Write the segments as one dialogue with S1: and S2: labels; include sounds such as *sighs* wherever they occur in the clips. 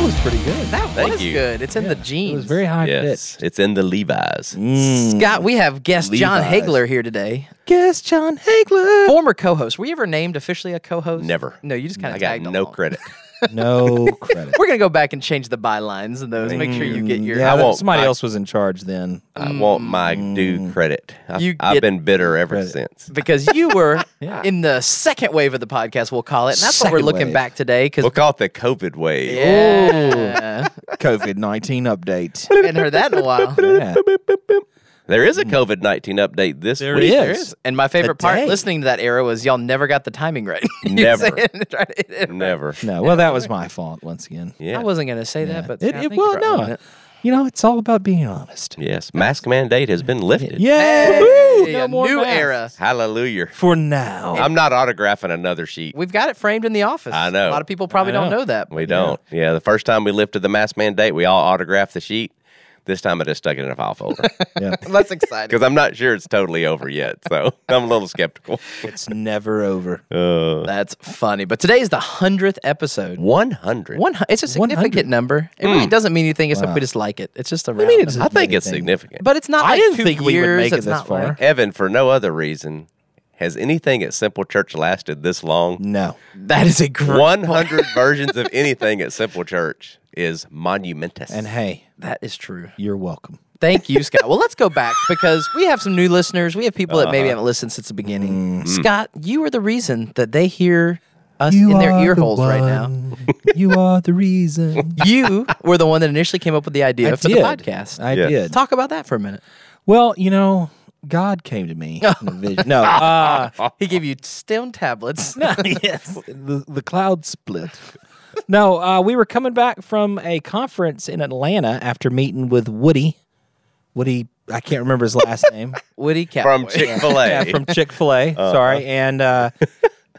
S1: Ah,
S2: pretty good.
S1: That
S3: Thank
S1: was
S3: you.
S1: good. It's in the
S2: It
S1: jeans.
S2: was very high
S3: Yes, it's in the
S1: Mm.
S3: Levi's.
S2: pitched.
S3: Mm.
S1: Scott, we have guest John
S2: Levi's.
S1: Hagler here today,
S2: Guess
S1: *laughs*
S2: John Hagler.
S1: former co-host. Were you ever named officially a co-host?
S3: Never.
S1: No, you just kind
S3: I
S1: of
S3: got
S1: tagged
S3: no
S1: along.
S3: credit.
S2: No credit.
S1: We're gonna go back and change the bylines and those. *laughs* Make sure you get your.
S2: yeah,
S3: I
S2: that-
S3: won't-
S2: somebody
S3: I-
S2: else was in charge then.
S3: I want my due credit. I,
S1: Mm. You
S3: I've
S1: get
S3: been bitter ever
S2: credit.
S3: since.
S1: because you were
S2: *laughs* Yeah.
S1: in the second wave of the podcast, we'll call it. And that's what we're
S2: Second
S1: looking
S2: wave.
S1: back today because
S3: We'll call it the COVID wave.
S1: yeah,
S2: COVID 19 update.
S1: hadn't heard that in a
S2: *laughs*
S1: while.
S2: Yeah.
S3: There is a COVID nineteen update this
S4: There
S3: week.
S2: is.
S1: There is. And my favorite part
S2: Today.
S1: listening to that era was y'all never got the timing right. *laughs* You were
S3: Never.
S1: saying- trying to hit it.
S3: Never.
S2: No, well, that was my fault once again.
S3: Yeah.
S1: I wasn't gonna say that, but
S2: It,
S1: Scott,
S2: it,
S1: thank you
S2: well,
S1: for
S2: no.
S1: owning it.
S2: You know, it's all about being honest.
S3: yes. Mask mandate has been lifted.
S2: Yeah.
S1: Hey, a new era.
S3: Hallelujah.
S2: For now.
S3: I'm not autographing another sheet.
S1: We've got it framed in the office.
S3: I know.
S1: A lot of people probably
S2: I
S1: don't
S2: know.
S1: know that.
S3: We don't. Yeah. The first time we lifted the mask mandate, we all autographed the sheet. This time I just stuck it in a file
S1: *laughs*
S3: folder
S2: yeah.
S1: *laughs* That's exciting.
S3: because I'm not sure it's totally over yet. So *laughs* I'm a
S1: *laughs*
S3: little skeptical.
S2: It's never over.
S1: That's funny. But today is the hundredth episode.
S3: 100.
S1: One, hun- it's a
S2: 100.
S1: significant number. It
S2: Hmm.
S1: really doesn't mean anything except we just like it. It's just a. round
S2: mean
S1: number.
S2: it doesn't
S3: I think it's
S2: Anything.
S3: significant.
S1: But it's not.
S2: I
S1: like
S2: didn't
S1: two
S2: think we would
S1: years.
S2: make it
S1: It's
S2: this
S1: not
S2: far.
S1: like-
S3: Evan, for no other reason, has anything at Simple Church lasted this long?
S2: No.
S1: That is a great.
S3: 100 *laughs* versions of anything at Simple Church is monumentous.
S2: And hey,
S1: That is true.
S2: you're welcome.
S1: Thank you, Scott. Well, let's go back because we have some new listeners. We have people that
S2: Uh-huh.
S1: maybe haven't listened since the beginning.
S2: Mm-hmm.
S1: Scott, you are the reason that they hear us in their ear holes right now.
S2: you are
S1: *laughs*
S2: the reason.
S1: You were the one that initially came up with the idea
S2: I
S1: for the
S2: did.
S1: podcast.
S2: I
S3: Yes.
S2: did.
S1: Talk about that for a minute.
S2: Well, you know, God came to me in a vision. No, uh,
S3: Oh.
S1: He gave you stone tablets.
S2: yes, *laughs* the, the cloud split. No, uh, we were coming back from a conference in Atlanta after meeting with Woody. Woody, I can't remember his last *laughs* name.
S1: Woody Cowboy.
S3: From Chick fil A.
S2: Yeah, from Chick Fil A. Sorry, and uh,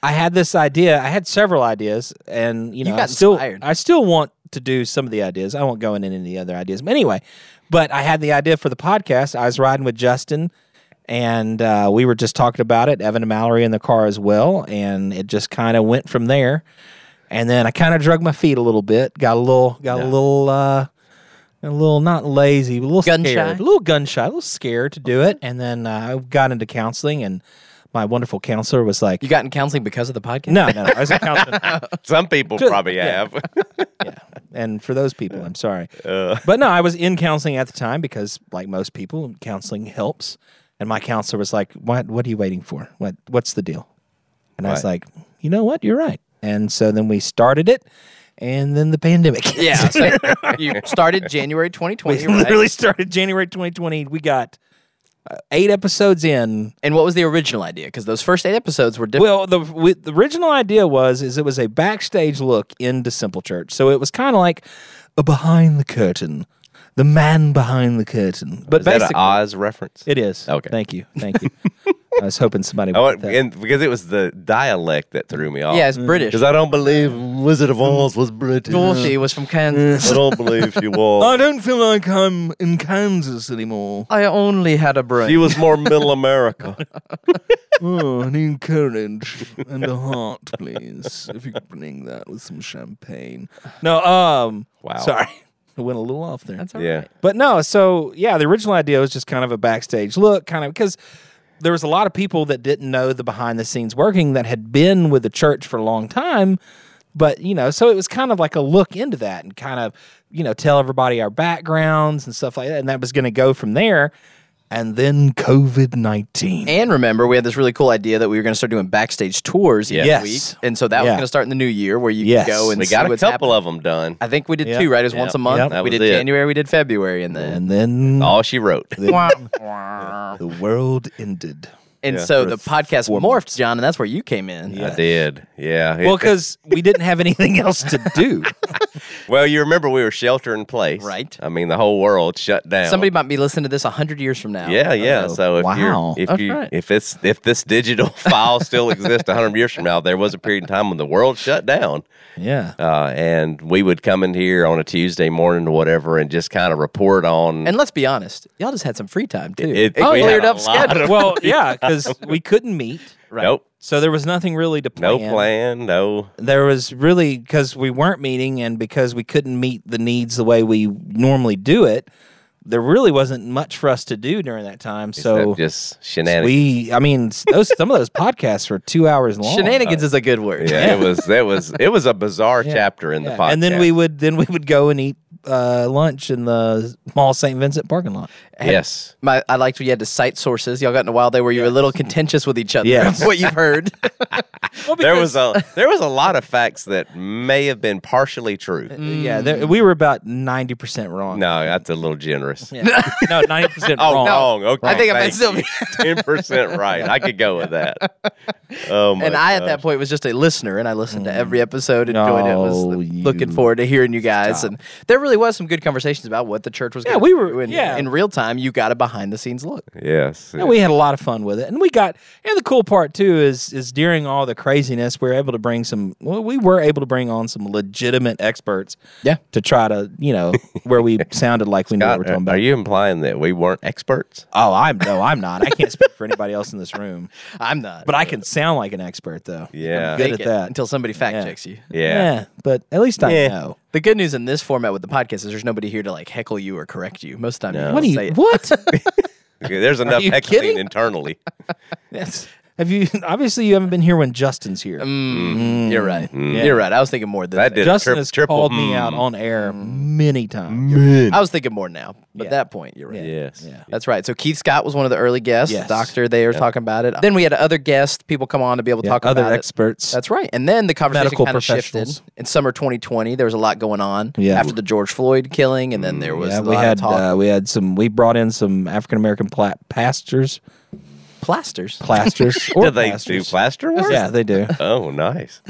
S2: I had this idea. I had several ideas, and you know,
S1: got
S2: I still,
S1: inspired.
S2: I still want to do some of the ideas. I won't go into any of the other ideas, but anyway. But I had the idea for the podcast. I was riding with Justin, and uh, we were just talking about it. Evan and Mallory in the car as well, and it just kind of went from there. And then I kind of drug my feet a little bit. Got a little, got a little. Uh, a little not lazy, but a little
S1: Gun
S2: scared,
S1: shy?
S2: a little gun shy, a little scared to do it. And then uh, I got into counseling, and my wonderful counselor was like,
S1: You got in counseling because of the podcast?
S2: *laughs* "No, no, no, I was
S1: *laughs*
S2: in counseling."
S3: Some people probably
S2: *laughs*
S3: have.
S2: and for those people, I'm sorry, but no, I was in counseling at the time because, like most people, counseling helps. And my counselor was like, "What? What are you waiting for? What? What's the deal?" And I was like, "You know what? You're right." And so then we started it, and then the pandemic. hit.
S1: Yeah.
S2: *laughs*
S1: so
S3: *laughs*
S1: you started January 2020,
S2: We
S1: right?
S2: literally started January 2020. We got uh, eight episodes in.
S1: And what was the original idea? Because those first eight episodes were different.
S2: Well, the we, the original idea was is it was a backstage look into Simple Church, so it was kind of like a behind the curtain, the man behind the curtain. But
S3: Is that an
S2: basically,
S3: Oz reference?
S2: it is.
S3: Okay.
S2: Thank you. Thank
S3: *laughs*
S2: you. I was hoping somebody.
S3: I
S2: Would
S3: went,
S2: get that.
S3: and because it was the dialect that threw me off.
S1: yeah, it's British.
S3: Because I don't believe Wizard of Oz was British.
S2: uh,
S1: Bullshit was from Kansas.
S3: I don't believe
S2: *laughs*
S3: she
S2: I
S3: was.
S2: don't feel like I'm in Kansas anymore.
S1: I only had a brain.
S3: She was more
S2: *laughs*
S3: Middle America.
S2: Oh, I need courage and a heart, please. If you could bring that with some champagne. No, um,
S3: Wow.
S2: Sorry, *laughs* I went a little off there.
S1: That's all
S3: Yeah.
S1: right.
S2: But no, so yeah, the original idea was just kind of a backstage look, kind of because there was a lot of people that didn't know the behind the scenes working that had been with the church for a long time. But, you know, so it was kind of like a look into that and kind of, you know, tell everybody our backgrounds and stuff like that. And that was going to go from there. And then COVID 19.
S1: And remember, we had this really cool idea that we were going to start doing backstage tours each
S2: Yes.
S1: week, and so that was
S2: Yeah.
S1: going to start in the new year where you
S2: Yes.
S1: could go and
S3: We got
S1: see
S3: a
S1: what's
S3: couple
S1: happening.
S3: of them done.
S1: I think we did
S2: Yeah.
S1: two, right? It was once a month.
S2: Yep.
S1: we
S3: That
S1: did
S3: was it.
S1: January, we did February, and then
S2: And then
S3: All she wrote.
S2: the world ended.
S1: and
S3: Yeah.
S1: so the podcast
S2: four
S1: morphed, John, and that's where you came in.
S3: I did. Yeah. It-
S2: Well, because we didn't have anything else to do.
S3: well, you remember we were shelter in place.
S1: Right.
S3: I mean, the whole world shut down.
S1: Somebody might be listening to this hundred years from now. Oh,
S3: Yeah, yeah. So if
S2: Wow.
S3: you if
S1: That's
S3: you
S1: right.
S3: if it's if this digital *laughs* file still exists 100 years from now, there was a period of time when the world shut down,
S2: yeah.
S3: uh, and we would come in here on a Tuesday morning or whatever, and just kind of report on.
S1: And let's be honest, y'all just had some free time too.
S3: It-
S1: oh,
S3: we had
S1: cleared
S3: a
S1: up
S3: lot
S1: schedule.
S2: well, yeah, because we couldn't meet.
S3: *laughs* Nope.
S2: So there was nothing really to plan.
S3: No plan, no.
S2: There was really because we weren't meeting and because we couldn't meet the needs the way we normally do it. There really wasn't much for us to do during that time. So
S3: just shenanigans.
S2: we, I mean, s- those some of those podcasts were two hours long.
S1: Shenanigans is a good word.
S3: yeah, it was that was it was a bizarre chapter in the
S2: Yeah.
S3: podcast.
S2: And then we would then we would go and eat uh, lunch in the Mall St. Vincent parking lot.
S3: yes,
S1: My, I liked when you had to cite sources. Y'all got in a while there where you were a little contentious with each other.
S2: Yes.
S1: of *laughs* What you've
S3: *laughs*
S1: heard.
S3: Oh there was a there was a lot of facts that may have been partially true.
S2: Yeah, there, we were about ninety percent wrong. *laughs*
S3: No, that's a little generous.
S2: Yeah. no, ninety percent
S3: *laughs* Oh,
S2: wrong.
S3: wrong. Okay,
S1: I think I meant
S3: ten percent right. I could go with that. Oh my
S1: and I, at that
S3: gosh.
S1: point, was just a listener, and I listened to every episode and enjoyed it. Was
S3: Oh,
S2: No,
S1: looking
S2: you-
S1: forward to hearing you guys. And there really was some good conversations about what the church was.
S2: Yeah,
S1: gonna
S2: we were-
S1: do, and
S2: yeah.
S1: in real time. You got a behind the scenes look.
S3: yes,
S2: Yeah, we had a lot of fun with it, and we got. And the cool part too is is during all the craziness, we were able to bring some. Well, we were able to bring on some legitimate experts.
S1: Yeah.
S2: To try to you know where
S3: *laughs*
S2: we sounded like we knew what we were
S3: God,
S2: talking
S3: are
S2: about.
S3: you implying that we weren't experts?
S2: oh, I'm no, I'm not. I can't speak for anybody else in this
S3: *laughs*
S2: room,
S1: I'm not.
S2: but I can sound like an expert though.
S3: Yeah.
S2: I'm good
S1: Fake
S2: at
S1: it
S2: that.
S1: until somebody fact checks you.
S3: Yeah.
S2: but at least I
S3: Yeah.
S2: know.
S1: The good news in this format with the podcast is there's nobody here to like heckle you or correct you. Most of the time,
S3: No.
S1: you
S2: What
S1: what
S2: do
S1: do
S2: you?
S3: *laughs*
S2: What?
S3: Okay, There's enough
S2: you
S3: heckling
S2: kidding?
S3: internally.
S2: Yes. Have you? Obviously, you haven't been here when Justin's here.
S1: You're right.
S2: Mm.
S1: You're right. I was thinking more than
S3: That did a
S2: Justin
S3: Mm. trip-
S2: has
S3: triple.
S2: called
S3: mm.
S2: me out on air many times.
S1: I was thinking more now. But
S2: Yeah.
S1: at that point, you're right.
S3: Yes.
S2: Yeah.
S1: That's right. So Keith Scott was one of the early guests.
S2: Yes.
S1: Doctor, they were talking about it. Then we had other guests, people come on to be able to talk
S2: Other
S1: about it.
S2: experts.
S1: That's right. And then the conversation
S2: Medical
S1: kind of shifted.
S2: professionals.
S1: In summer 2020, there was a lot going on
S2: Yeah. Mm,
S1: after the George Floyd killing, and then there was
S2: yeah,
S1: a
S2: we
S1: lot
S2: had
S1: of talk.
S2: uh, we had some. We brought in some African American pla- pastors,
S1: plasters.
S2: plasters, or
S3: Do they do
S2: pastors.
S3: plaster work?
S2: Yeah, they do. *laughs*
S3: Oh, nice.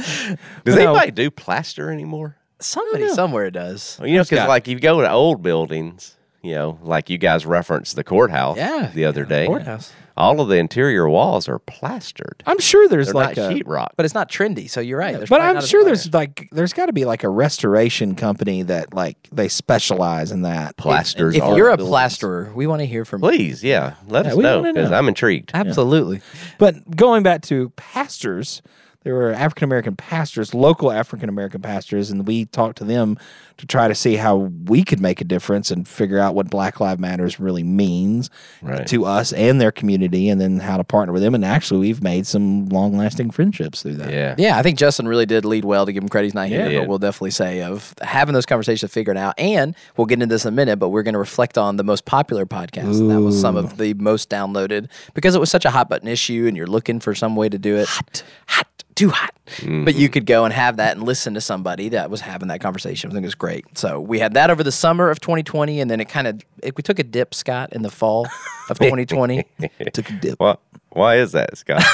S3: Does
S2: No.
S3: anybody do plaster anymore?
S1: Somebody somewhere does.
S3: Well, you know, because
S2: got-
S3: like you go to old buildings, you know, like you guys referenced the courthouse
S1: Yeah,
S3: the other day.
S1: courthouse.
S3: All of the interior walls are plastered.
S2: I'm sure there's
S3: They're
S2: like
S3: not
S2: a,
S3: sheetrock.
S1: But it's not trendy, so you're right. There's
S2: but
S1: probably
S2: I'm
S1: not as
S2: sure
S1: much.
S2: there's like there's got to be like a restoration company that like they specialize in that.
S3: plasters
S1: If
S3: are.
S1: you're a
S3: built.
S1: plasterer, we want to hear from you.
S3: Please, yeah, let
S2: Yeah,
S3: us
S2: we
S3: know
S2: wanna
S3: because
S2: know.
S3: I'm intrigued.
S1: Absolutely.
S2: But going back to pastors, there were African American pastors, local African American pastors, and we talked to them to try to see how we could make a difference and figure out what Black Lives Matters really means
S3: Right.
S2: to us and their community, and then how to partner with them. And actually, we've made some long lasting friendships through that.
S3: Yeah.
S1: Yeah, I think Justin really did lead well to give him credit. He's not here,
S3: Yeah.
S1: but we'll definitely say of having those conversations, figuring out, and we'll get into this in a minute, but we're going to reflect on the most popular podcast. And that was some of the most downloaded because it was such a hot button issue and you're looking for some way to do it. Mm-hmm. Hot, hot, too hot. But you could go and have that and listen to somebody that was having that conversation. I think it was great. So we had that over the summer of 2020, and then it kind of, it, we took a dip, Scott, in the fall *laughs* of 2020.
S2: Took a dip.
S3: Why, why is that, Scott? *laughs*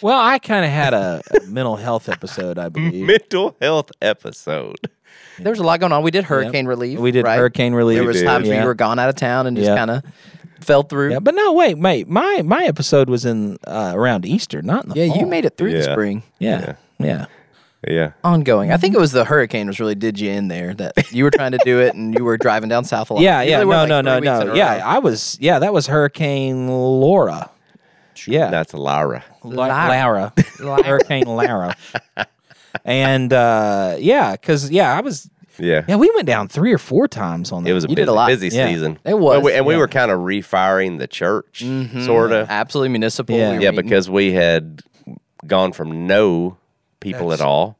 S2: Well, I kind of had a, *laughs* a mental health episode, I believe.
S3: Mental health episode.
S1: there was a lot going on. We did hurricane relief.
S2: We did
S1: right?
S2: hurricane relief.
S1: There was
S3: did.
S1: times when
S2: Yeah.
S1: you were gone out of town and just
S2: Yeah.
S1: kind of fell through.
S2: Yeah, but no, wait, mate. My my episode was in uh, around Easter, not in the
S1: Yeah, you
S2: fall.
S1: made it through the
S3: Yeah.
S1: spring.
S2: yeah yeah.
S3: Yeah.
S1: Ongoing. I think it was the hurricane was really did you in there that you were trying to do it and you were driving down south a lot.
S2: Yeah,
S1: You
S2: yeah,
S1: really were
S2: no,
S1: like
S2: no, no,
S1: three weeks in
S2: no.
S1: a
S2: Yeah,
S1: row.
S2: I was. Yeah, that was Hurricane Laura. Yeah,
S3: That's Lyra.
S2: La-
S1: *laughs*
S2: Lara. Hurricane Lara. And uh, yeah, because yeah, I was.
S3: Yeah.
S2: Yeah, we went down three or four times on that.
S3: It was a
S1: You
S3: busy,
S1: did a lot.
S3: busy
S2: Yeah.
S3: season.
S1: It was,
S3: And we, and we
S1: yeah.
S3: were kind of refiring the church, sort of.
S1: Absolutely municipal.
S2: Yeah.
S1: We were
S3: Yeah,
S1: meeting-
S3: because we had gone from no people at all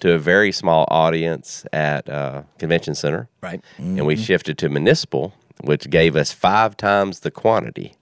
S3: to a very small audience at uh, convention center,
S1: right. Mm-hmm.
S3: and we shifted to municipal, which gave us five times the quantity.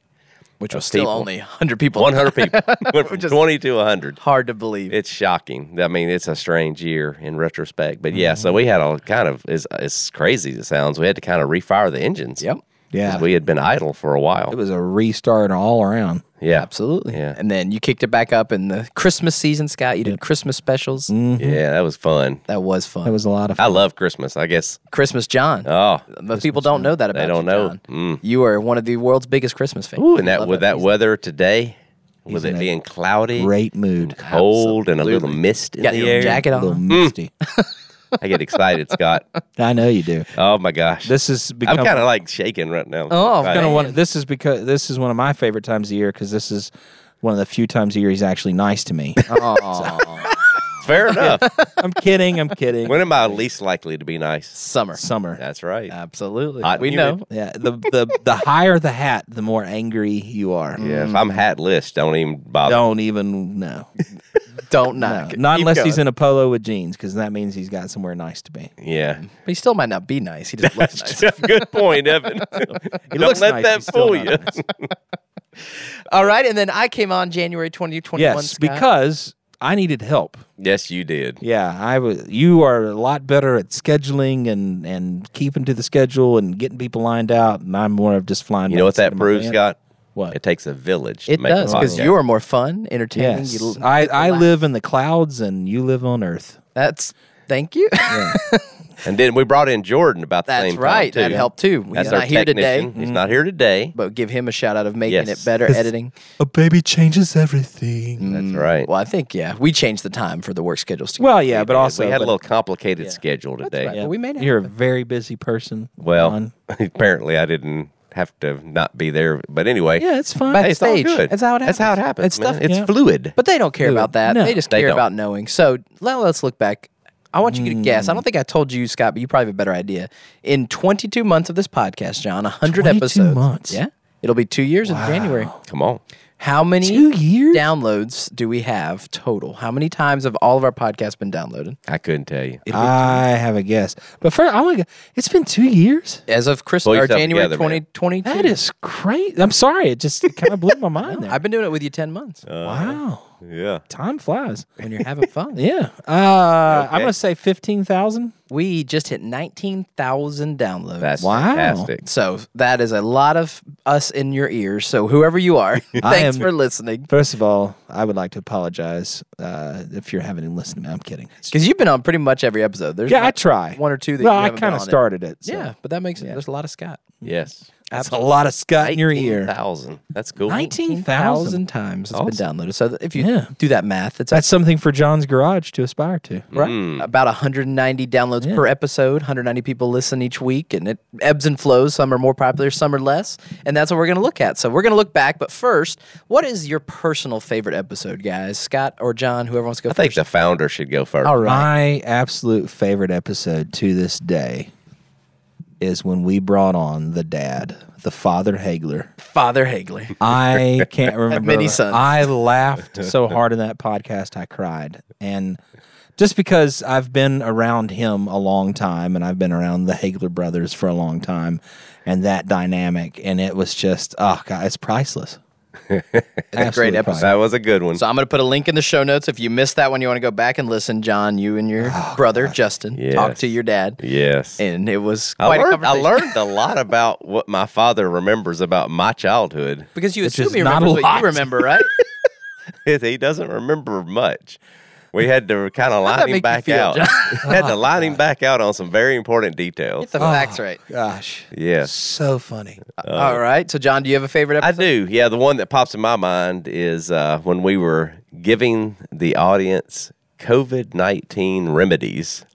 S1: Which was
S3: people.
S1: still only 100 people.
S3: 100 people went from 20 to 100.
S1: *laughs* Hard to believe.
S3: It's shocking. I mean, it's a strange year in retrospect, but yeah.
S1: Mm-hmm.
S3: So we had a kind of as, as crazy as it sounds, we had to kind of refire the engines.
S1: Yep.
S3: 'Cause
S2: yeah,
S3: we had been idle for a while.
S2: it was a restart all around.
S3: yeah,
S1: Absolutely.
S3: Yeah.
S1: And then you kicked it back up in the Christmas season, Scott. You did Christmas specials.
S3: Yeah, that was fun.
S1: That was fun.
S2: It Mm. was a lot of.
S3: I love Christmas. I guess.
S1: Christmas John.
S3: Oh,
S1: but people don't know that about
S3: they don't
S1: you,
S3: know. Mm.
S1: John. You are one of the world's biggest Christmas fans.
S3: Ooh, and that with that weather today, with it being cloudy,
S2: Great mood,
S3: cold, and a little mist in
S1: Got
S3: the
S1: your
S3: air,
S1: jacket
S2: a little
S1: on.
S2: misty. *laughs*
S3: I get
S1: *laughs*
S3: excited, Scott.
S2: I know you do.
S3: Oh my gosh,
S2: This is
S3: I'm
S2: become
S3: kind of like shaking right now.
S1: Oh,
S3: Right.
S1: kinda
S2: One- this is because this is one of my favorite times of year because this is one of the few times a year he's actually nice to me. *laughs*
S3: *laughs* *laughs* Fair
S1: *laughs*
S3: enough.
S2: I'm kidding. I'm kidding.
S3: when am I least likely to be nice?
S1: Summer.
S2: Summer.
S3: That's right.
S1: Absolutely.
S3: Hot and
S1: Uh, we
S3: humid.
S1: know.
S2: Yeah, the the the higher the hat, the more angry you are.
S3: Mm. yeah,
S1: Mm.
S3: if I'm hatless, don't even bother.
S2: Don't even
S3: *laughs*
S2: know.
S1: Don't knock.
S2: Not
S1: Keep
S2: unless
S1: going.
S2: he's in a polo with jeans, because that means he's got somewhere nice to be.
S1: *laughs*
S3: Yeah.
S1: But he still might not be nice. He just looks
S3: *laughs*
S1: nice.
S3: Good point, Evan.
S1: *laughs*
S2: He
S3: *laughs* don't
S2: looks
S3: let
S2: nice,
S3: that
S2: he's still
S3: fool
S2: not
S3: you.
S2: nice.
S1: All right, and then I came on January 2021.
S2: yes,
S1: Scott.
S2: because I needed help.
S3: *laughs* Yes, you did.
S2: Yeah, I was. You are a lot better at scheduling and and keeping to the schedule and getting people lined out, and I'm more of just flying.
S3: You know
S2: by
S3: what
S2: the seat
S3: that
S2: of my
S3: proves,
S2: pants.
S3: Scott?
S2: What?
S3: It takes a village. to
S1: it
S3: make a
S1: does because
S3: podcast.
S1: you are more fun, entertaining.
S2: Yes,
S1: You,
S2: I I live in the clouds and you live on Earth.
S1: that's thank you.
S3: And then we brought in Jordan about
S1: *laughs*
S3: the
S1: that's
S3: same
S1: right.
S3: time too.
S1: That helped too. He's
S3: That's our
S1: not here
S3: technician.
S1: today, mm,
S3: He's not here today.
S1: but give him a shout out of making
S3: Yes.
S1: it better editing.
S2: A baby changes everything.
S3: That's right.
S1: Mm. Well, I think yeah, we changed the time for the work schedules. to-
S2: Well, yeah, but also
S3: we had a
S2: but-
S3: little complicated schedule today.
S1: right. but we made it
S2: You're a very busy person.
S3: Well,
S2: Ron.
S3: *laughs* apparently I didn't have to not be there. But anyway,
S2: yeah, it's fine.
S1: Back-
S3: hey, it's all
S1: Stage.
S3: good.
S1: That's how it
S3: That's how it
S1: happens. It's
S3: happens. man.
S1: stuff-
S3: It's
S2: yeah.
S3: fluid.
S1: But they don't care about that.
S2: No.
S1: They just
S3: They
S1: care
S3: don't.
S1: about knowing. So let, us look back. I want you to
S2: Mm.
S1: guess. I don't think I told you, Scott, but you probably have a better idea. In 22 months of this podcast, John, 100
S2: 22
S1: episodes.
S2: months.
S1: Yeah. It'll be two years in January.
S3: Come on.
S1: How many
S2: Two years?
S1: downloads do we have total? How many times have all of our podcasts been downloaded?
S3: I couldn't tell you.
S2: I have a guess, but first, oh my god, it's been two years.
S1: As of Christmas
S3: Pull
S1: or
S3: yourself
S1: January
S3: together, man.
S1: 2022.
S2: That is crazy. I'm sorry, it just kind of blew
S1: *laughs*
S2: my mind there.
S1: I've been doing it with you 10 months
S2: Uh. wow,
S3: Yeah.
S2: time flies.
S1: when you're having fun.
S2: *laughs* Yeah, uh, I'm
S3: Okay.
S2: gonna say fifteen thousand.
S1: We just hit 19,000 downloads.
S3: That's
S2: Wow.
S3: fantastic.
S1: So that is a lot of us in your ears. So whoever you
S2: *laughs*
S1: are, thanks
S2: am-
S1: for listening.
S2: First of all, I would like to apologize uh, if you're having to listen to me. I'm kidding.
S1: Because you've been on pretty much every episode. There's
S2: Yeah,
S1: not
S2: I try
S1: one or two that
S2: Well,
S1: you
S2: I
S1: haven't been
S2: kind of
S1: on it.
S2: started it. so.
S1: Yeah, but that makes it. There's a lot of Scott.
S3: Yes.
S2: that's a lot of Scott in your ear.
S3: 19,000. That's cool.
S2: Nineteen
S1: Thousand
S2: thousand.
S1: times it's been downloaded. So that if you
S2: Yeah.
S1: do that math, it's
S2: That's something for John's Garage to aspire to.
S1: right about 190 downloads per episode. 190 people listen each week, and it ebbs and flows. Some are more popular, some are less, and that's what we're going to look at. So we're going to look back. But first, what is your personal favorite episode, guys? Scott or John, whoever wants to go.
S3: I think the founder should go first.
S1: All right.
S2: My absolute favorite episode to this day is when we brought on the dad, the father Hagler.
S1: Father Hagler.
S2: I
S1: *laughs*
S2: can't remember.
S1: many sons.
S2: I laughed so hard in that podcast, I cried. And just because I've been around him a long time and I've been around the Hagler brothers for a long time and that dynamic, and it was just, oh, God, it's priceless. Absolute
S1: *laughs* great episode.
S2: priceless.
S3: That was a good one.
S1: So I'm going to put a link in the show notes. If you missed that one, you want to go back and listen. John, you and your brother Justin
S3: Oh, Yes.
S1: talked to your dad,
S3: yes.
S1: and it was
S3: I
S1: quite a
S3: learned, I
S1: conversation.
S3: learned a lot about what my father remembers about my childhood.
S1: *laughs* because you assume
S2: is
S1: he
S2: not
S1: remembers
S2: a
S1: what
S2: lot.
S1: you remember,
S3: *laughs*
S1: right?
S3: he doesn't remember much. We had to kind of
S1: that
S3: line
S1: make
S3: him
S1: you
S3: back
S1: feel,
S3: out. *laughs* had to line him back out on some very important details.
S1: Get the facts right.
S2: Gosh.
S3: Yes.
S2: So funny.
S1: All right. So, John, do you have a favorite
S3: I
S1: episode?
S3: do. Yeah, the one that pops in my mind is uh, when we were giving the audience COVID
S1: *laughs*
S3: 19 remedies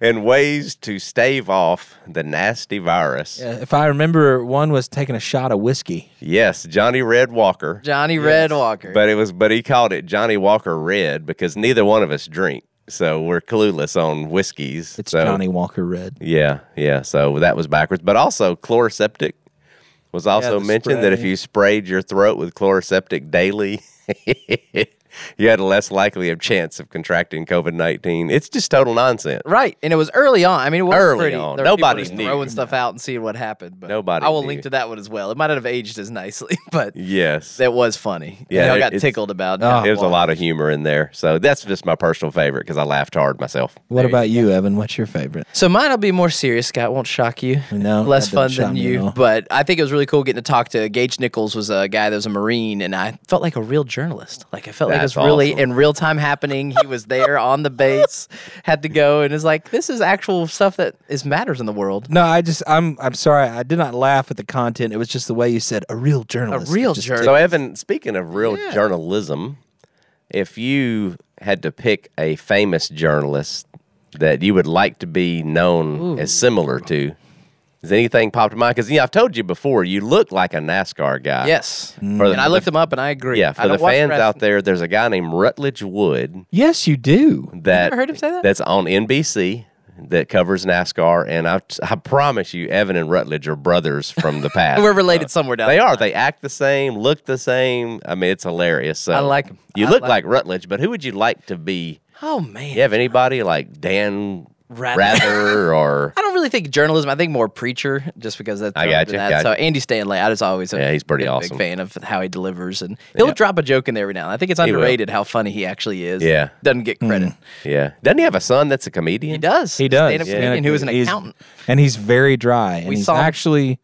S3: and ways to stave off the nasty virus.
S2: Uh, If I remember, one was taking a shot of whiskey.
S3: Yes, Johnny Red Walker.
S1: Johnny Red Walker.
S3: But it was, but he called it Johnny Walker Red because neither one of us drink, so we're clueless on whiskeys.
S2: It's
S3: so,
S2: Johnny Walker Red.
S3: Yeah, yeah. So that was backwards. But also, chloroseptic was also
S2: the
S3: mentioned that if
S2: spray.
S3: you sprayed your throat with chloroseptic daily, *laughs* you had a less likely of chance of contracting COVID nineteen. It's just total nonsense.
S1: right. And it was early on. I mean, it was
S3: Early
S1: pretty.
S3: on.
S1: There were people
S3: Nobody
S1: just
S3: knew.
S1: throwing stuff out and seeing what happened. But
S3: Nobody
S1: I will
S3: knew.
S1: link to that one as well. It might not have aged as nicely, *laughs* but
S3: Yes.
S1: that was funny.
S3: Yeah,
S1: You know, I
S3: it-
S1: got
S3: it's-
S1: tickled about.
S3: There was a lot of humor in there. So that's just my personal favorite because I laughed hard myself.
S2: What about you, Evan? What's your favorite?
S1: So mine'll be more serious, Scott. Won't shock you.
S2: No,
S1: less
S2: that doesn't
S1: fun than
S2: shock me at all.
S1: you. But I think it was really cool getting to talk to Gage Nichols. Was a guy that was a Marine, and I felt like a real journalist. Like I felt like it was
S3: That's
S1: really
S3: awesome.
S1: in real time happening. He was there on the
S2: *laughs*
S1: base, had to go, and is like, this is actual stuff that is matters in the world.
S2: No, I just I'm I'm sorry. I did not laugh at the content. It was just the way you said a real journalist. It
S1: real
S2: just-
S1: journalist.
S3: So Evan, speaking of real journalism, if you had to pick a famous journalist that you would like to be known as similar to, Has anything popped in mind? Because you know, I've told you before, you look like a NASCAR guy.
S1: Yes.
S2: Mm.
S3: For the-
S1: and I looked them up and I agree.
S3: Yeah,
S1: I
S3: for the
S1: watch
S3: fans
S1: rest-
S3: out there, there's a guy named Rutledge Wood
S2: Yes, you do.
S3: that
S1: ever heard him say that?
S3: that's on NBC that covers NASCAR, and I I promise you, Evan and Rutledge are brothers from
S1: *laughs*
S3: the past.
S1: We're related somewhere down
S3: Uh, They
S1: the
S3: are. They act the same, look the same. I mean, it's hilarious. So
S1: I like 'em.
S3: You
S1: I
S3: look
S1: like
S3: like, Rutledge, but who would you like to be?
S1: Oh, man.
S3: You have anybody like Dan
S1: Rather.
S3: Rather, or
S1: I don't really think journalism. I think more preacher, just because that's
S3: I gotcha,
S1: that.
S3: gotcha.
S1: So Andy Stanley, I just always
S3: Yeah, he's pretty
S1: been a Big
S3: awesome.
S1: fan of how he delivers, and he'll drop a joke in there every now. and then. I think it's
S3: will.
S1: underrated how funny he actually is.
S3: Yeah.
S1: doesn't get credit.
S3: yeah? Doesn't he have a son that's a comedian?
S1: He does.
S2: He does.
S1: Stand-up comedian who is an
S2: He's-
S1: accountant.
S2: and he's very dry. And
S1: We
S2: he's
S1: saw him-
S2: actually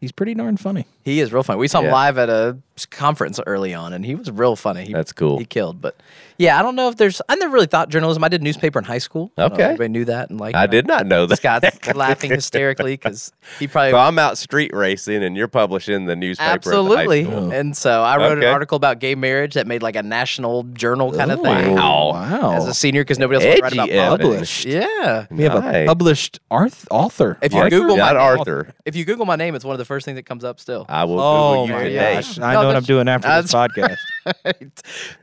S2: he's pretty darn funny.
S1: He is real funny. We saw him
S3: Yeah.
S1: live at a conference early on, and he was real funny. He,
S3: That's cool.
S1: He killed, but yeah, I don't know if there's. I never really thought journalism. I did newspaper in high school. I don't know if
S3: Okay.
S1: everybody knew that and like. *laughs*
S3: I did not know that. *laughs*
S1: Scott's laughing hysterically because he probably
S3: So I'm out street racing, and you're publishing the newspaper. at the high
S1: Absolutely.
S3: school.
S1: And so I wrote
S3: Okay.
S1: an article about gay marriage that made like a national journal kind of thing.
S3: Oh, Wow.
S2: Wow.
S1: As a senior, because nobody else would write
S3: Edgy
S1: about
S3: Evan.
S1: published. Yeah.
S2: we have a
S3: Nice.
S2: published arth- author.
S1: If you
S2: Arthur?
S1: Google my
S3: not
S1: name-
S3: Arthur.
S1: If you Google my name, it's one of the first things that comes up still.
S3: I will
S2: Oh
S3: Google
S2: my
S3: you today.
S2: gosh!
S1: No,
S2: I know what I'm
S1: that's-
S2: doing after this
S1: *laughs*
S2: podcast.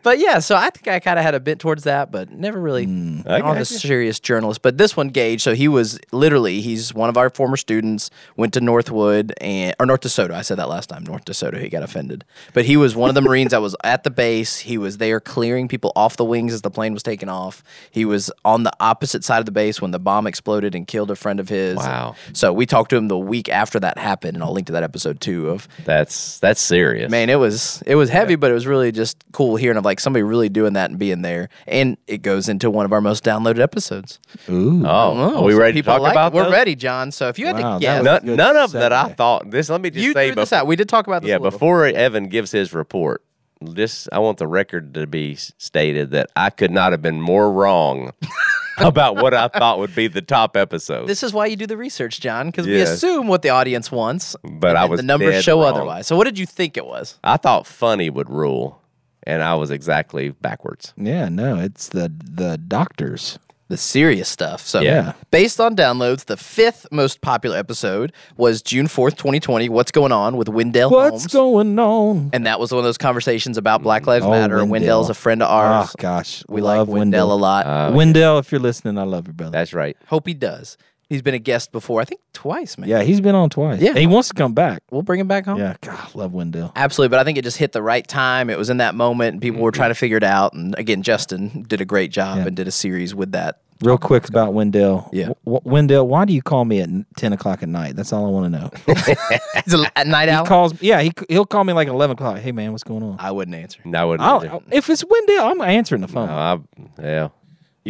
S1: but yeah, so I think I kind of had a bit towards that, but never really. I
S3: I
S1: was a
S3: gotcha.
S1: serious journalist. But this one, Gage, so he was literally, he's one of our former students, went to Northwood and, or North DeSoto. I said that last time, North DeSoto. He got offended. But he was one of the Marines that was at the base. He was there clearing people off the wings as the plane was taking off. He was on the opposite side of the base when the bomb exploded and killed a friend of his.
S3: Wow.
S1: So we talked to him the week after that happened, and I'll link to that episode too of
S3: That's that's serious.
S1: man, it was it was heavy, but it was really just cool hearing of like somebody really doing that and being there. And it goes into one of our most downloaded episodes.
S2: Ooh.
S3: oh, are we
S1: So
S3: ready to
S1: people
S3: talk
S1: like-
S3: about
S1: We're
S3: those?
S1: ready, John. So if you had
S2: Wow,
S1: to guess,
S2: that
S3: None,
S2: Good
S3: none of that I
S2: segue.
S3: thought. This let me just
S1: you
S3: say
S1: threw this
S3: before-
S1: out. We did talk about this.
S3: yeah,
S1: a little.
S3: before Evan gives his report, this I want the record to be s- stated that I could not have been more wrong *laughs* about what I thought would be the top episode.
S1: This is why you do the research, John, because we
S3: Yes.
S1: assume what the audience wants,
S3: But I
S1: and
S3: was
S1: the numbers
S3: dead
S1: show
S3: wrong.
S1: otherwise. So what did you think it was?
S3: I thought funny would rule, and I was exactly backwards.
S2: Yeah, no, it's the the doctors.
S1: The serious stuff. So
S2: Yeah.
S1: based on downloads, the fifth most popular episode was June fourth, twenty twenty. What's going on with Wendell
S2: What's
S1: Holmes?
S2: going on?
S1: And that was one of those conversations about Black Lives
S2: Oh,
S1: Matter.
S2: Wendell.
S1: Wendell's a friend of
S2: Oh
S1: ours.
S2: gosh,
S1: we
S2: love Uh,
S1: like Wendell, a lot.
S2: Wendell, if you're listening, I love you, brother.
S3: That's right.
S1: Hope he does. He's been a guest before, I think twice, man.
S2: yeah, he's been on twice.
S1: Yeah.
S2: And he wants to come back.
S1: We'll bring him back home.
S2: Yeah, God, love Wendell.
S1: Absolutely, but I think it just hit the right time. It was in that moment, and people
S2: Mm-hmm.
S1: were trying to figure it out. And again, Justin did a great job and did a series with that. *laughs*
S2: Real quick about Wendell.
S1: Yeah.
S2: W- Wendell, why do you call me at n- ten o'clock at night? That's all I want
S1: *laughs*
S2: to know.
S1: It's a- At night
S2: he
S1: out,
S2: calls. Yeah, he he'll call me like eleven o'clock. Hey man, what's going on?
S1: I wouldn't answer.
S3: No, I wouldn't
S1: Oh,
S2: I'll,
S3: either.
S2: I'll- if it's Wendell, I'm answering the phone.
S3: I, yeah,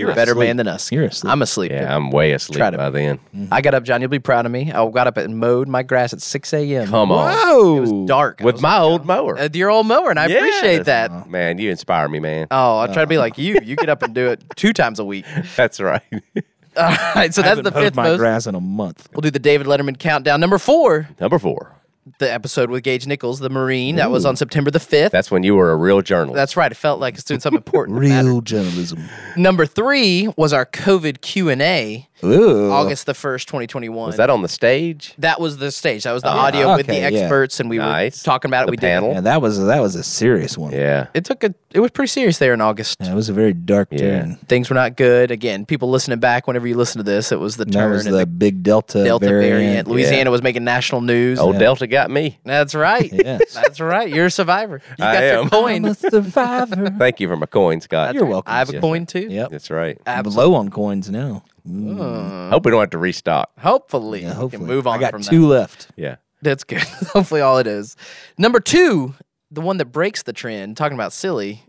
S1: You're a better
S2: asleep.
S1: man than us.
S2: You're asleep.
S1: I'm asleep.
S3: yeah, I'm way asleep
S1: Try to-
S3: by then.
S1: I got up, John. You'll be proud of me. I got up and mowed my grass at 6 a.m.
S3: Come on,
S2: Whoa.
S1: It was dark. I
S3: with
S1: was
S3: my old mower.
S1: like, "Uh, you're old mower, and I appreciate
S3: Yes. Uh-huh.
S1: that.
S2: Uh-huh.
S3: Man, you inspire
S1: *laughs*
S3: me, man.
S1: Oh, I'll try to be like you. You get up and do
S2: *laughs*
S1: it two times a week.
S3: That's right. *laughs*
S1: All right, so that's the
S2: Haven't mowed
S1: fifth
S2: my
S1: most.
S2: grass in a month.
S1: We'll do the David Letterman countdown. Number four,
S3: Number four.
S1: the episode with Gage Nichols, the Marine. That was on September the 5th.
S3: That's when you were a real journalist.
S1: That's right. It felt like it's doing
S2: *laughs*
S1: something important. that mattered.
S2: Real journalism.
S1: Number three was our COVID Q&A,
S2: Ooh.
S1: August the 1st, 2021.
S3: was that on the stage?
S1: That was the stage. That was the audio with the
S2: okay, Oh, yeah.
S1: experts, and we
S3: Nice.
S1: were talking about it.
S3: The
S1: we
S3: panel.
S1: did.
S2: Yeah, that was that was a serious one.
S3: Yeah.
S1: It took a. It was pretty serious there in August.
S2: That was a very dark turn.
S1: Things were not good. Again, people listening back. Whenever you listen to this, it was the
S2: That
S1: turn
S2: was
S1: and
S2: the
S1: the
S2: big Delta,
S1: Delta variant.
S2: variant. *laughs*
S1: Louisiana was making national news.
S3: Old Delta got me.
S1: That's right.
S2: Yes.
S1: That's right. You're a survivor. You
S3: I
S1: got your
S3: am.
S1: coin.
S2: I'm a *laughs* survivor.
S3: Thank you for my coin, Scott.
S2: You're welcome. Uh-huh.
S1: I have a coin too.
S2: Yep.
S3: That's right.
S2: I'm low on coins now. Mm,
S3: Hope we don't have to restock.
S1: Hopefully, we
S2: Hopefully,
S1: Oh, can move on
S2: I got
S1: from
S2: two
S1: that.
S2: left.
S3: Yeah.
S1: That's good. *laughs* Hopefully, all it is. Number two, the one that breaks the trend. Talking about silly,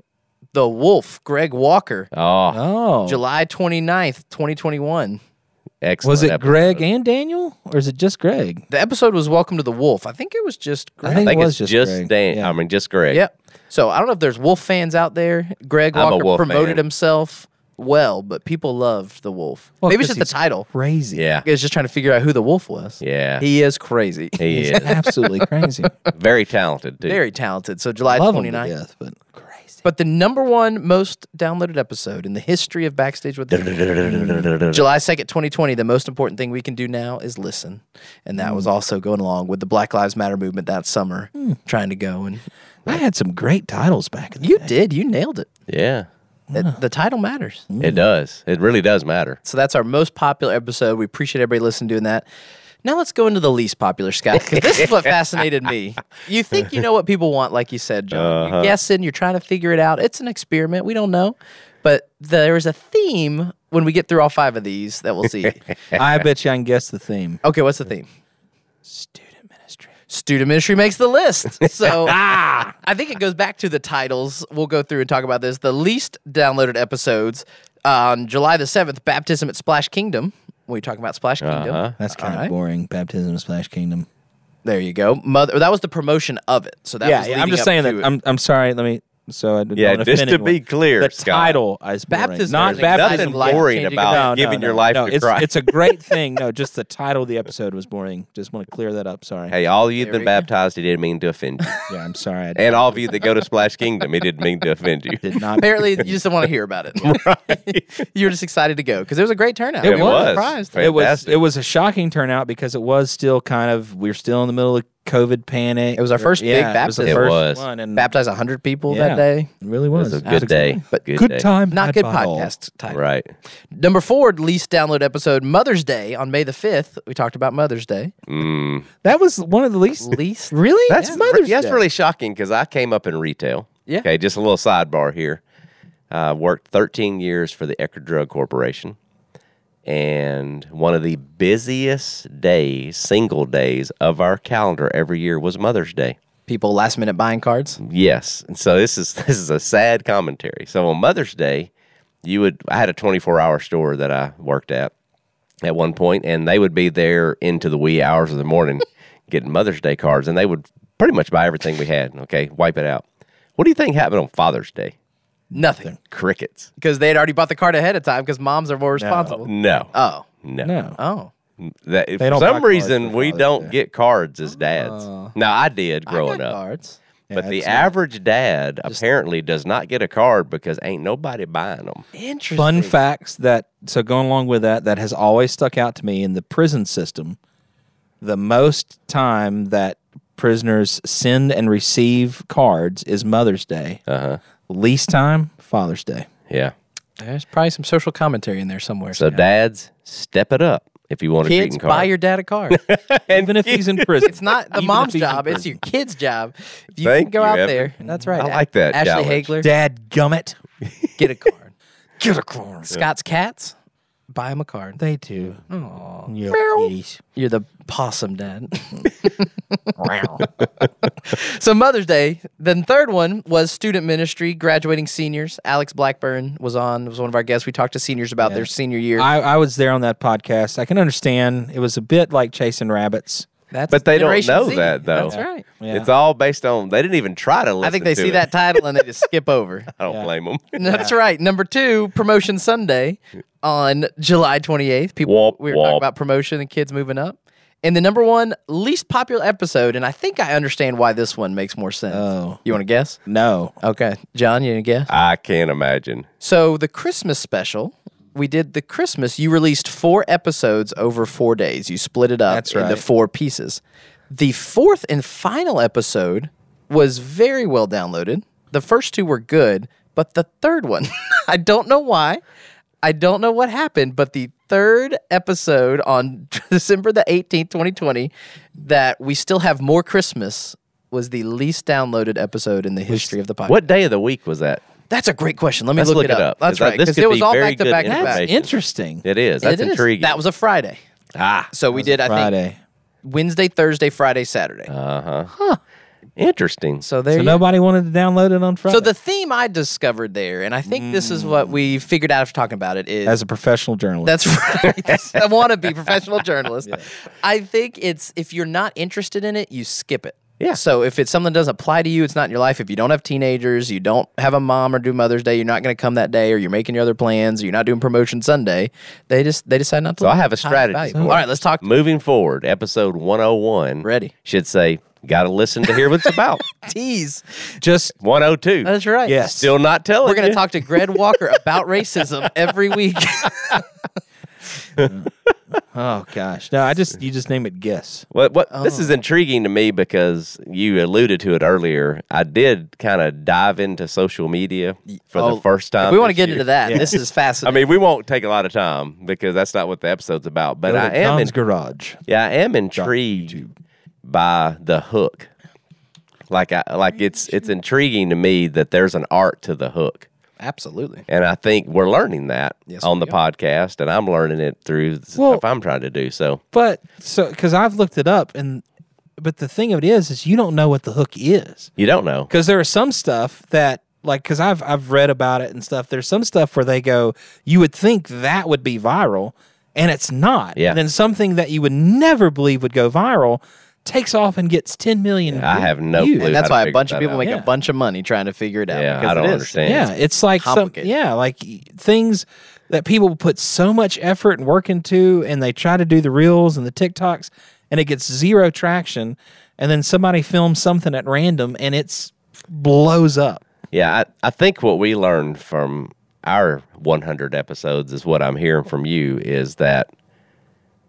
S1: the wolf, Greg Walker,
S3: Oh,
S2: Oh,
S1: July 29th, 2021.
S3: excellent.
S2: was it
S3: episode.
S2: Greg and Daniel, or is it just Greg?
S1: The episode was Welcome to the Wolf. I think it was just Greg.
S2: I think,
S3: I think
S2: it was
S3: it's
S2: just,
S3: just,
S2: Greg.
S3: Dan.
S2: Yeah.
S3: I mean, just Greg.
S1: Yep. So I don't know if there's Wolf fans out there. Greg
S3: I'm a
S1: Walker
S3: Wolf
S1: promoted
S3: fan.
S1: himself well, but people loved the Wolf.
S2: Well,
S1: Maybe it's
S2: 'cause
S1: just the
S2: he's
S1: title.
S2: Crazy.
S3: Yeah.
S1: It's just trying to figure out who the Wolf was.
S3: Yeah.
S1: He is crazy. *laughs*
S2: *laughs*
S3: He
S2: He's
S3: is
S2: absolutely crazy.
S3: very talented, dude.
S1: Very talented. So July
S2: Love him to
S1: 29th.
S2: death, but crazy.
S1: But the number one most downloaded episode in the history of Backstage with the
S3: *laughs*
S1: July 2nd, 2020, the most important thing we can do now is listen. And that
S3: Mm.
S1: was also going along with the Black Lives Matter movement that summer,
S3: Hmm.
S1: trying to go. And
S2: I had some great titles back in the
S1: you did. You nailed it.
S3: Yeah,
S1: That- the title matters.
S2: Mm.
S3: it does. It really does matter.
S1: So that's our most popular episode. We appreciate everybody listening doing that. Now let's go into the least popular, Scott. 'cause this is what fascinated me. You think you know what people want, like you said, John. You're guessing, you're trying to figure it out. It's an experiment. We don't know. But there is a theme when we get through all five of these that we'll see.
S2: I bet you I can guess the theme.
S1: okay, what's the theme?
S2: Student ministry.
S1: Student ministry makes the list. So I think it goes back to the titles. We'll go through and talk about this. The least downloaded episodes on July the 7th, Baptism at Splash Kingdom. We're talking about Splash Kingdom.
S3: Uh-huh.
S2: That's kind of
S1: Alright.
S2: boring. Baptism of Splash Kingdom.
S1: There you go. Mother that was the promotion of it. So that was
S2: yeah, I'm
S1: leading
S2: just
S1: up
S2: saying
S1: to
S2: that.
S1: it.
S2: I'm, I'm sorry. Let me. So I didn't
S3: Yeah,
S2: wanna
S3: just
S2: offend
S3: to be
S2: anyone.
S3: clear,
S2: the
S3: Scott.
S2: title is boring.
S1: Baptism
S2: not
S1: is
S2: baptism.
S3: Nothing
S1: life
S3: boring
S1: changing
S3: about
S1: event.
S3: giving
S2: no,
S3: your life
S2: no,
S3: to
S2: it's,
S3: Christ.
S2: It's
S1: *laughs*
S2: a great thing. No, just the title of the episode was boring. Just want to clear that up. Sorry.
S3: hey, all of you that
S1: we go.
S3: baptized, he didn't mean to offend you,
S2: Yeah, I'm sorry. I
S3: and all of you that go to Splash Kingdom, he didn't mean to
S2: *laughs*
S3: offend you.
S2: did
S3: *laughs*
S2: not.
S1: Apparently, you just didn't
S2: *laughs*
S1: want to hear about it. *laughs* you were just excited to go because it was a great turnout.
S3: It
S1: We were
S3: was.
S1: surprised.
S3: It
S2: It was
S3: Fantastic.
S2: it was a shocking turnout because it was still kind of we are still in the middle of COVID panic.
S1: It was our first big
S2: yeah, It was, the
S1: baptism.
S3: It
S2: first
S3: was.
S2: one and
S1: Baptized 100 people
S2: Yeah.
S1: that day.
S2: It really
S3: It
S2: was,
S3: was a good day,
S1: But
S3: good, day.
S2: time,
S1: Not good
S2: by all.
S1: podcast title.
S3: right?
S1: Number four, least download episode, Mother's Day on May the 5th. We talked about Mother's Day.
S3: Mm.
S2: That was one of the least.
S1: Least.
S2: *laughs* really,
S3: That's
S2: Yeah.
S3: re- that's really shocking because I came up in retail.
S1: Yeah.
S3: Okay, just a little sidebar here. Uh, worked 13 years for the Ecker Drug Corporation, and one of the busiest days, single days of our calendar every year was Mother's Day.
S1: People last minute buying cards.
S3: Yes, and so this is *laughs* this is a sad commentary. So on Mother's Day, you would I had a 24 hour store that I worked at at one point, and they would be there into the wee hours of the morning *laughs* getting Mother's Day cards, and they would pretty much buy everything we had. Okay, wipe it out. What do you think happened on Father's Day?
S1: Nothing.
S3: Crickets.
S1: Because they had already bought the card ahead of time because moms are more responsible.
S3: No.
S1: Oh.
S3: no.
S2: no.
S1: Oh.
S3: That, for
S2: don't buy
S3: some
S2: cards
S3: reason,
S2: for
S3: we
S2: Father's
S3: don't
S2: Day.
S3: get cards as dads. now I did growing
S1: Oh. I got
S3: up.
S1: cards.
S3: But the average dad apparently does not get a card because ain't nobody buying them.
S1: Interesting.
S2: fun facts that so going along with that that has always stuck out to me in the prison system the most time that prisoners send and receive cards is mother's day
S3: Uh-huh.
S2: least time father's day
S3: Yeah.
S1: There's probably some social commentary in there somewhere.
S3: So dads, step it up if you want a
S1: Kids,
S3: greeting card.
S1: buy your dad a
S3: *laughs*
S1: card.
S2: even if he's in prison
S1: *laughs* it's not the
S2: Even
S1: mom's
S2: if he's in
S1: job. It's
S2: prison.
S1: your kid's job. If you
S3: Thank
S1: can go
S3: you,
S1: out
S3: Evan.
S1: there, that's right.
S3: I like that
S1: Ashley
S3: challenge.
S1: Hagler,
S3: *laughs*
S2: dad gummit
S1: get a card.
S2: get a card
S1: Scott's cats, buy him a card.
S2: they do You idiot.
S1: You're the possum dad. *laughs* so Mother's Day. Then third one was student ministry, graduating seniors. Alex Blackburn was on. Was one of our guests. We talked to seniors about their senior year.
S2: I, I was there on that podcast i can understand it was a bit like chasing rabbits
S1: that's
S3: but they don't
S1: Generation
S3: know
S1: Z.
S3: that though.
S1: That's right.
S2: Yeah.
S3: It's all based on they didn't even try to listen
S1: I think they
S3: to
S1: see
S3: it.
S1: that title and they just skip
S3: *laughs*
S1: over.
S3: I don't blame them.
S1: That's right. Number two, promotion Sunday on July 28th. People,
S3: Womp,
S1: we were talking
S3: womp.
S1: about promotion and kids moving up. And the number one least popular episode, and I think I understand why this one makes more sense.
S2: Oh.
S1: You want to guess?
S2: no
S1: Okay, John, you want to guess?
S3: I can't imagine.
S1: So the Christmas special, we did the Christmas. You released four episodes over four days. You split it up
S2: That's
S1: into
S2: right.
S1: four pieces. The fourth and final episode was very well downloaded. The first two were good, but the third one, *laughs* I don't know why. I don't know what happened, but the third episode on *laughs* December the 18th, 2020, that we still have more Christmas was the least downloaded episode in the history of the podcast.
S3: What day of the week was that?
S1: That's a great question. Let me
S3: Let's
S1: look,
S3: look
S1: it
S3: it
S1: up.
S3: up, 'cause
S1: That's
S3: that-
S1: right.
S3: this
S1: Because
S3: could
S1: it was
S3: be
S1: all
S3: very
S1: back to
S3: good
S1: back to
S3: info.
S1: back.
S2: that's
S3: Information.
S2: interesting
S3: It is. That's
S1: It is.
S3: intriguing.
S1: That was a Friday.
S3: ah.
S1: So we did, I think,
S2: friday
S1: Wednesday, Thursday, Friday, Saturday.
S3: Uh-huh. Interesting.
S1: so there
S2: so
S1: you
S2: nobody wanted to download it on friday
S1: So the theme I discovered there, and I think this is
S3: Mm.
S1: what we figured out after talking about it, is
S2: as a professional journalist
S1: That's *laughs* right. I want to be
S3: *laughs*
S1: professional journalist. I think it's if you're not interested in it, you skip it.
S3: Yeah.
S1: So if it's something that doesn't apply to you, it's not in your life. If you don't have teenagers, you don't have a mom or do Mother's Day, you're not going to come that day, or you're making your other plans, or you're not doing promotion Sunday. They just they decide not to.
S3: So I have a
S1: High
S3: strategy
S1: value.
S3: for
S1: All
S3: it.
S1: right, let's talk.
S3: Moving forward, episode 101
S1: Ready.
S3: should say Got to listen to hear what
S1: *laughs*
S3: it's about.
S1: Tease.
S2: Just
S3: 102.
S1: That's right.
S2: Yes.
S3: Still not telling.
S1: We're going
S3: you.
S1: to talk to Greg Walker about racism every
S3: *laughs*
S1: week.
S2: oh gosh, no, I just you just name it guess.
S3: What, what this
S1: Oh.
S3: is intriguing to me because you alluded to it earlier. I did kind of dive into social media for
S1: Oh,
S3: the first time.
S1: We want to
S3: this
S1: get
S3: year.
S1: into that. This is
S3: *laughs* I
S1: fascinating.
S3: mean, we won't take a lot of time because that's not what the episode's about. But
S2: Go to
S3: I am, in,
S2: Tom's garage.
S3: yeah, I am intrigued by the hook. Like, I like it's it's intriguing to me that there's an art to the hook.
S1: Absolutely.
S3: And I think we're learning that
S1: Yes,
S3: on
S1: we
S3: the podcast, and I'm learning it through the
S2: Well-
S3: stuff I'm trying to do. So,
S2: But so because I've looked it up, and but the thing of it is, is you don't know what the hook is
S3: you don't know.
S2: because there are some stuff that like because I've I've read about it and stuff. There's some stuff where they go, you would think that would be viral, and it's not.
S3: Yeah.
S2: And then something that you would never believe would go viral takes off and gets 10 million.
S3: I have no
S2: views.
S3: clue.
S1: And
S3: how
S1: that's
S3: to
S1: why a
S3: figure
S1: bunch of
S3: that
S1: people
S3: out.
S1: make
S2: Yeah.
S1: a bunch of money trying to figure it out.
S3: Yeah,
S1: because
S3: I
S1: it
S3: don't
S1: is.
S3: understand.
S2: Yeah, it's like some,
S1: complicated.
S2: yeah, like things that people put so much effort and work into, and they try to do the reels and the TikToks, and it gets zero traction, and then somebody films something at random, and it's blows up.
S3: Yeah, I, I think what we learned from our 100 episodes is what I'm hearing from you is that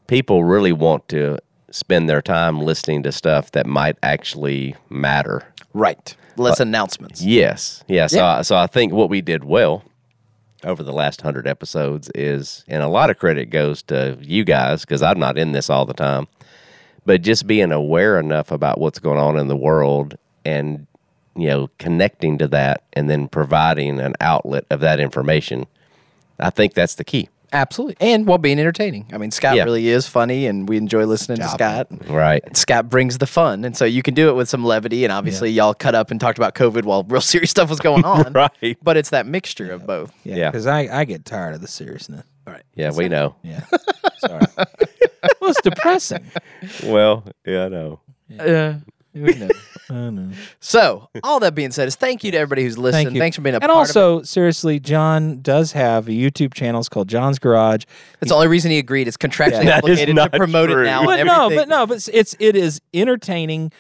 S3: people really want to spend their time listening to stuff that might actually matter.
S1: Right. Less announcements.
S3: Yes. Yeah. So,
S1: Yeah.
S3: so I think what we did well over the last 100 episodes is, and a lot of credit goes to you guys because I'm not in this all the time, but just being aware enough about what's going on in the world and, you know, connecting to that and then providing an outlet of that information. I think that's the key.
S1: Absolutely. And while being entertaining. I mean, Scott
S3: Yeah.
S1: really is funny, and we enjoy listening to Scott.
S3: Right.
S1: Scott brings the fun, and so you can do it with some levity. And obviously, y'all cut up and talked about COVID while real serious stuff was
S3: *laughs*
S1: going on.
S3: Right.
S1: But it's that mixture of both.
S3: Yeah.
S2: because I, I get tired of the seriousness. All right.
S3: Yeah, we know.
S1: *laughs*
S2: Yeah. Sorry. well, it's depressing.
S3: Well, yeah, I know.
S1: Yeah.
S2: I know.
S1: So, all that being said, is thank you to everybody who's listening.
S2: Thank you.
S1: Thanks for being a
S2: and
S1: part of it.
S2: also, seriously, John does have a YouTube channel. It's called John's Garage.
S1: That's the only reason he agreed. It's contractually
S3: That is
S1: obligated to
S3: not
S1: promote
S3: true.
S1: it now. *laughs*
S2: but
S1: and
S2: no,
S1: everything.
S2: but no, but it's, it's it is entertaining.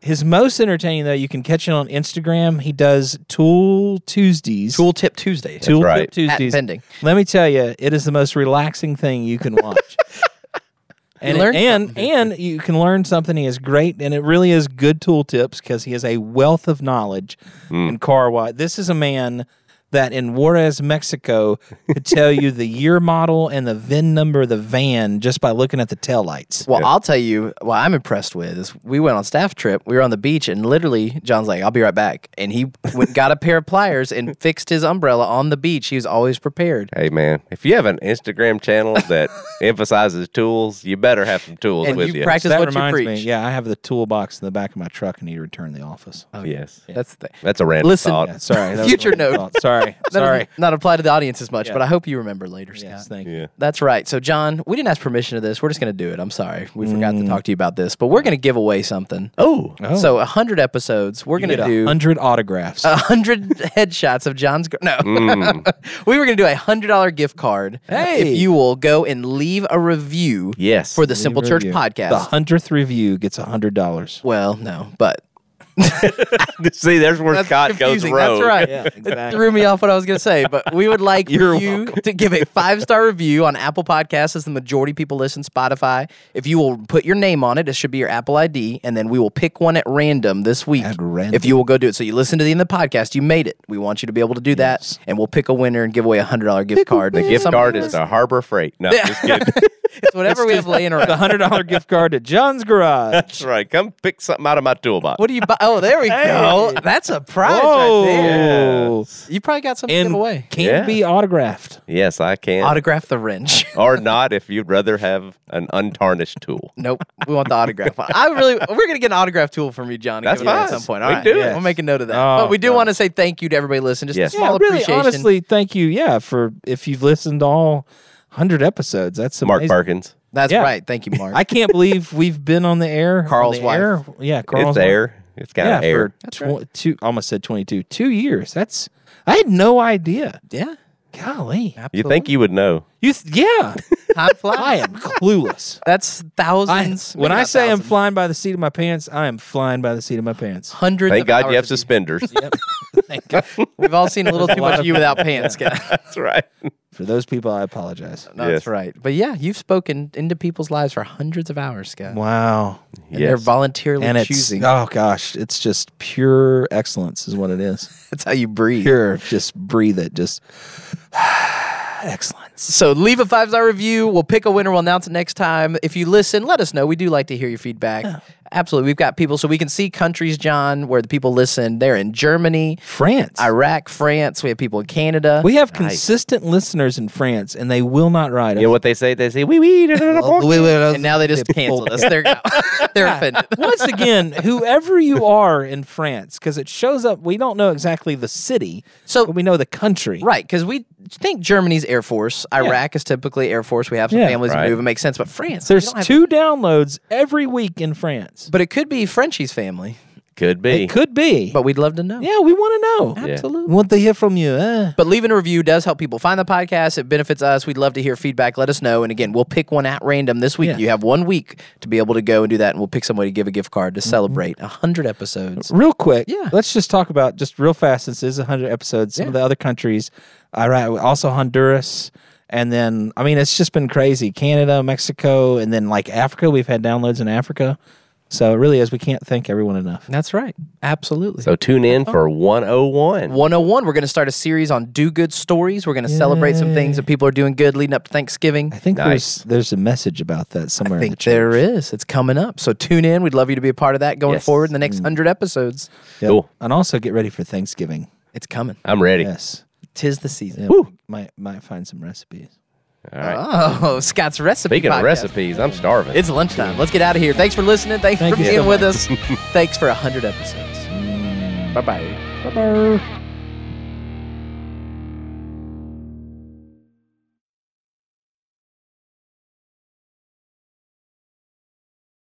S2: His most entertaining though, you can catch it on Instagram. He does Tool Tuesdays.
S1: Tooltip Tuesday.
S2: Tool Tip
S3: right.
S2: Tuesdays.
S1: Patent pending.
S2: Let me tell you, it is the most relaxing thing you can watch. And
S1: learn
S2: and and you can learn something. He is great, and it really is good tool tips because he has a wealth of knowledge. in Carwa, this is a man that in Juarez, Mexico, could tell you the year model and the VIN number of the van just by looking at the taillights.
S1: Well, I'll tell you what I'm impressed with is we went on staff trip. We were on the beach and literally John's like, "I'll be right back," and he *laughs* went, got a pair of pliers and
S2: *laughs*
S1: fixed his umbrella on the beach. He was always prepared.
S3: Hey man, if you have an Instagram channel
S1: *laughs*
S3: that emphasizes tools, you better have some tools
S1: And
S3: with
S1: you
S3: you.
S1: practice
S2: that
S1: what you
S2: reminds
S1: preach.
S2: me. Yeah, I have the toolbox in the back of my truck. I need to return to the office.
S3: Yes.
S1: That's the thing.
S3: That's a random
S1: Listen-
S3: thought.
S2: Yeah, sorry.
S1: *laughs*
S2: that was
S1: Oh. Future
S2: my
S1: note.
S2: fault.
S1: *laughs*
S2: Sorry.
S1: That
S2: sorry.
S1: doesn't not apply to the audience as much, but I hope you remember later, Scott.
S2: Yes, thank you.
S3: Yeah.
S1: That's right. So, John, we didn't ask permission to this. We're just going to do it. I'm sorry. We forgot
S2: Mm.
S1: to talk to you about this, but we're going to give away something.
S3: Oh,
S1: So, 100 episodes. We're going to
S2: Get a
S1: do
S2: hundred autographs.
S1: a 100 *laughs* headshots of John's. Gar- no. *laughs* we were going to do a $100 gift card.
S2: Hey.
S1: If you will go and leave a review
S3: yes.
S1: for the Simple Church
S2: Review.
S1: podcast.
S2: The hundredth review gets a
S1: *laughs*
S2: hundred dollars.
S1: well, no, but
S3: *laughs* See, there's where Scott
S1: confusing.
S3: goes rogue.
S1: That's right.
S2: exactly.
S1: threw me off what I was going to say, but we
S3: *laughs*
S1: would like
S3: You're
S1: you to give a five star review on Apple Podcasts as the majority of people listen Spotify. If you will put your name on it, it should be your Apple ID, and then we will pick one at random this week.
S2: At random.
S1: If you will go do it, so you listen to the end of the podcast, you made it. We want you to be able to do that, and we'll pick a winner and give away a hundred dollar gift card.
S3: The gift
S1: Somebody
S3: card is
S1: listen-
S3: the Harbor Freight.
S1: *laughs*
S3: No, just kidding.
S1: it's whatever we have laying
S2: *laughs* The
S1: around.
S2: hundred dollar gift card to John's Garage.
S3: That's right. Come pick something out of my toolbox.
S1: What do you buy? Oh, there we go. That's a prize
S2: Whoa.
S1: right there.
S2: Yes.
S1: You probably got something to
S2: *laughs* And
S1: give away.
S2: can
S3: Yeah.
S2: be autographed.
S3: Yes, I can.
S1: Autograph the wrench.
S3: or not if you'd rather have an untarnished tool.
S1: Nope, we want the autograph.
S3: *laughs*
S1: I really, we're gonna get an autograph tool from you, John. and
S3: That's
S1: give it away At
S3: fine.
S1: some point,
S3: We
S1: all
S3: can
S1: right.
S3: do it.
S1: We'll make a note of that.
S2: Oh,
S1: but we do want to say thank you to everybody listening. Just
S3: Yes.
S1: a small
S2: yeah, really,
S1: appreciation.
S2: honestly, thank you. Yeah, for if you've listened to all hundred episodes, that's
S3: Mark
S2: amazing.
S3: Perkins.
S1: that's
S2: yeah.
S1: right. Thank you, Mark.
S2: I can't believe we've been on the air.
S1: Carl's
S2: on the
S1: wife.
S2: Air. Yeah, Carl's
S3: it's
S2: wife.
S3: air. It's got
S2: Yeah,
S3: air.
S2: for tw- two, almost said twenty-two. Two years. That's I had no idea.
S1: yeah,
S2: *laughs* Golly,
S3: You think you would know?
S2: You th-
S1: Time
S2: yeah, I
S1: flies.
S2: am clueless.
S1: That's
S2: I,
S1: thousands.
S2: when
S1: maybe
S2: I
S1: not
S2: say I'm
S1: thousands,
S2: flying by the seat of my pants, I am flying by the seat of my pants.
S1: hundreds.
S3: Thank
S1: of
S3: God
S1: hours
S3: you have
S1: of-
S3: suspenders.
S2: Thank God.
S1: We've all seen a little too
S2: lot
S1: much
S2: of-
S1: of you without pants, guys.
S3: *laughs* *laughs* That's right.
S2: For those people, I apologize.
S1: No, That's
S3: Yes.
S1: right. But yeah, you've spoken into people's lives for hundreds of hours, Scott.
S2: Wow.
S1: And they're
S3: Yes.
S1: voluntarily
S2: And it's
S1: choosing.
S2: oh gosh, it's just pure excellence is what it is.
S1: *laughs* That's how you breathe.
S2: Pure, just breathe it, just *sighs* excellence.
S1: So leave a five star review. We'll pick a winner. We'll announce it next time. If you listen, let us know. We do like to hear your feedback. Absolutely. We've got people, so we can see countries, John, where the people listen. They're in Germany,
S2: France.
S1: Iraq, France. We have people in Canada.
S2: we have consistent listeners in France, and they will not write us.
S3: You know what they say? They say wee wee. da, da, da,
S2: *laughs* Oh,
S3: da."
S1: and now they just canceled us. They're, *laughs* they're offended.
S2: Once again, whoever you are in France, because it shows up, we don't know exactly the city,
S1: So-
S2: but we know the country.
S1: Right, because we think Germany's Air Force. Iraq is typically Air Force. We have some
S2: Yeah.
S1: families
S3: Right.
S1: who move. It makes sense. But France, we
S2: There's
S1: don't have-
S2: two downloads every week in France.
S1: But it could be Frenchie's family.
S3: Could be.
S2: It could be.
S1: But we'd love to know.
S2: yeah, we want to know.
S1: Absolutely.
S2: Want to hear from you? eh?
S1: But leaving a review does help people find the podcast. It benefits us. We'd love to hear feedback. Let us know. And again, we'll pick one at random this week.
S2: Yeah.
S1: You have one week to be able to go and do that. And we'll pick somebody to give a gift card to celebrate 100 episodes.
S2: Real quick,
S1: Yeah.
S2: Let's just talk about just real fast since this is 100 episodes. Some of the other countries, Iraq, also Honduras, and then I mean it's just been crazy. Canada, Mexico, and then like Africa. We've had downloads in Africa, so it really is. We can't thank everyone enough.
S1: That's right. Absolutely.
S3: So tune in for 101.
S1: 101, we're going to start a series on do good stories. We're going to celebrate some things that people are doing good leading up to Thanksgiving.
S2: I think
S3: Nice.
S2: there's there's a message about that somewhere.
S1: I
S2: in the
S1: think
S2: chat.
S1: there is. It's coming up. So tune in. We'd love you to be a part of that going
S3: Yes.
S1: forward in the next 100 episodes.
S2: Yep.
S3: Cool.
S2: And also get ready for Thanksgiving.
S1: It's coming.
S3: I'm ready.
S2: Yes.
S1: Tis the season.
S2: Yeah, we Might might find some recipes.
S3: All right.
S1: Oh, Scott's recipe.
S3: Speaking of
S1: podcast.
S3: recipes, I'm starving.
S1: It's lunchtime. Let's get out of here. Thanks for listening. Thanks
S2: Thank *laughs*
S1: for
S2: you
S1: being
S2: so
S1: with us. Thanks for 100 episodes. Bye bye.
S2: Bye bye.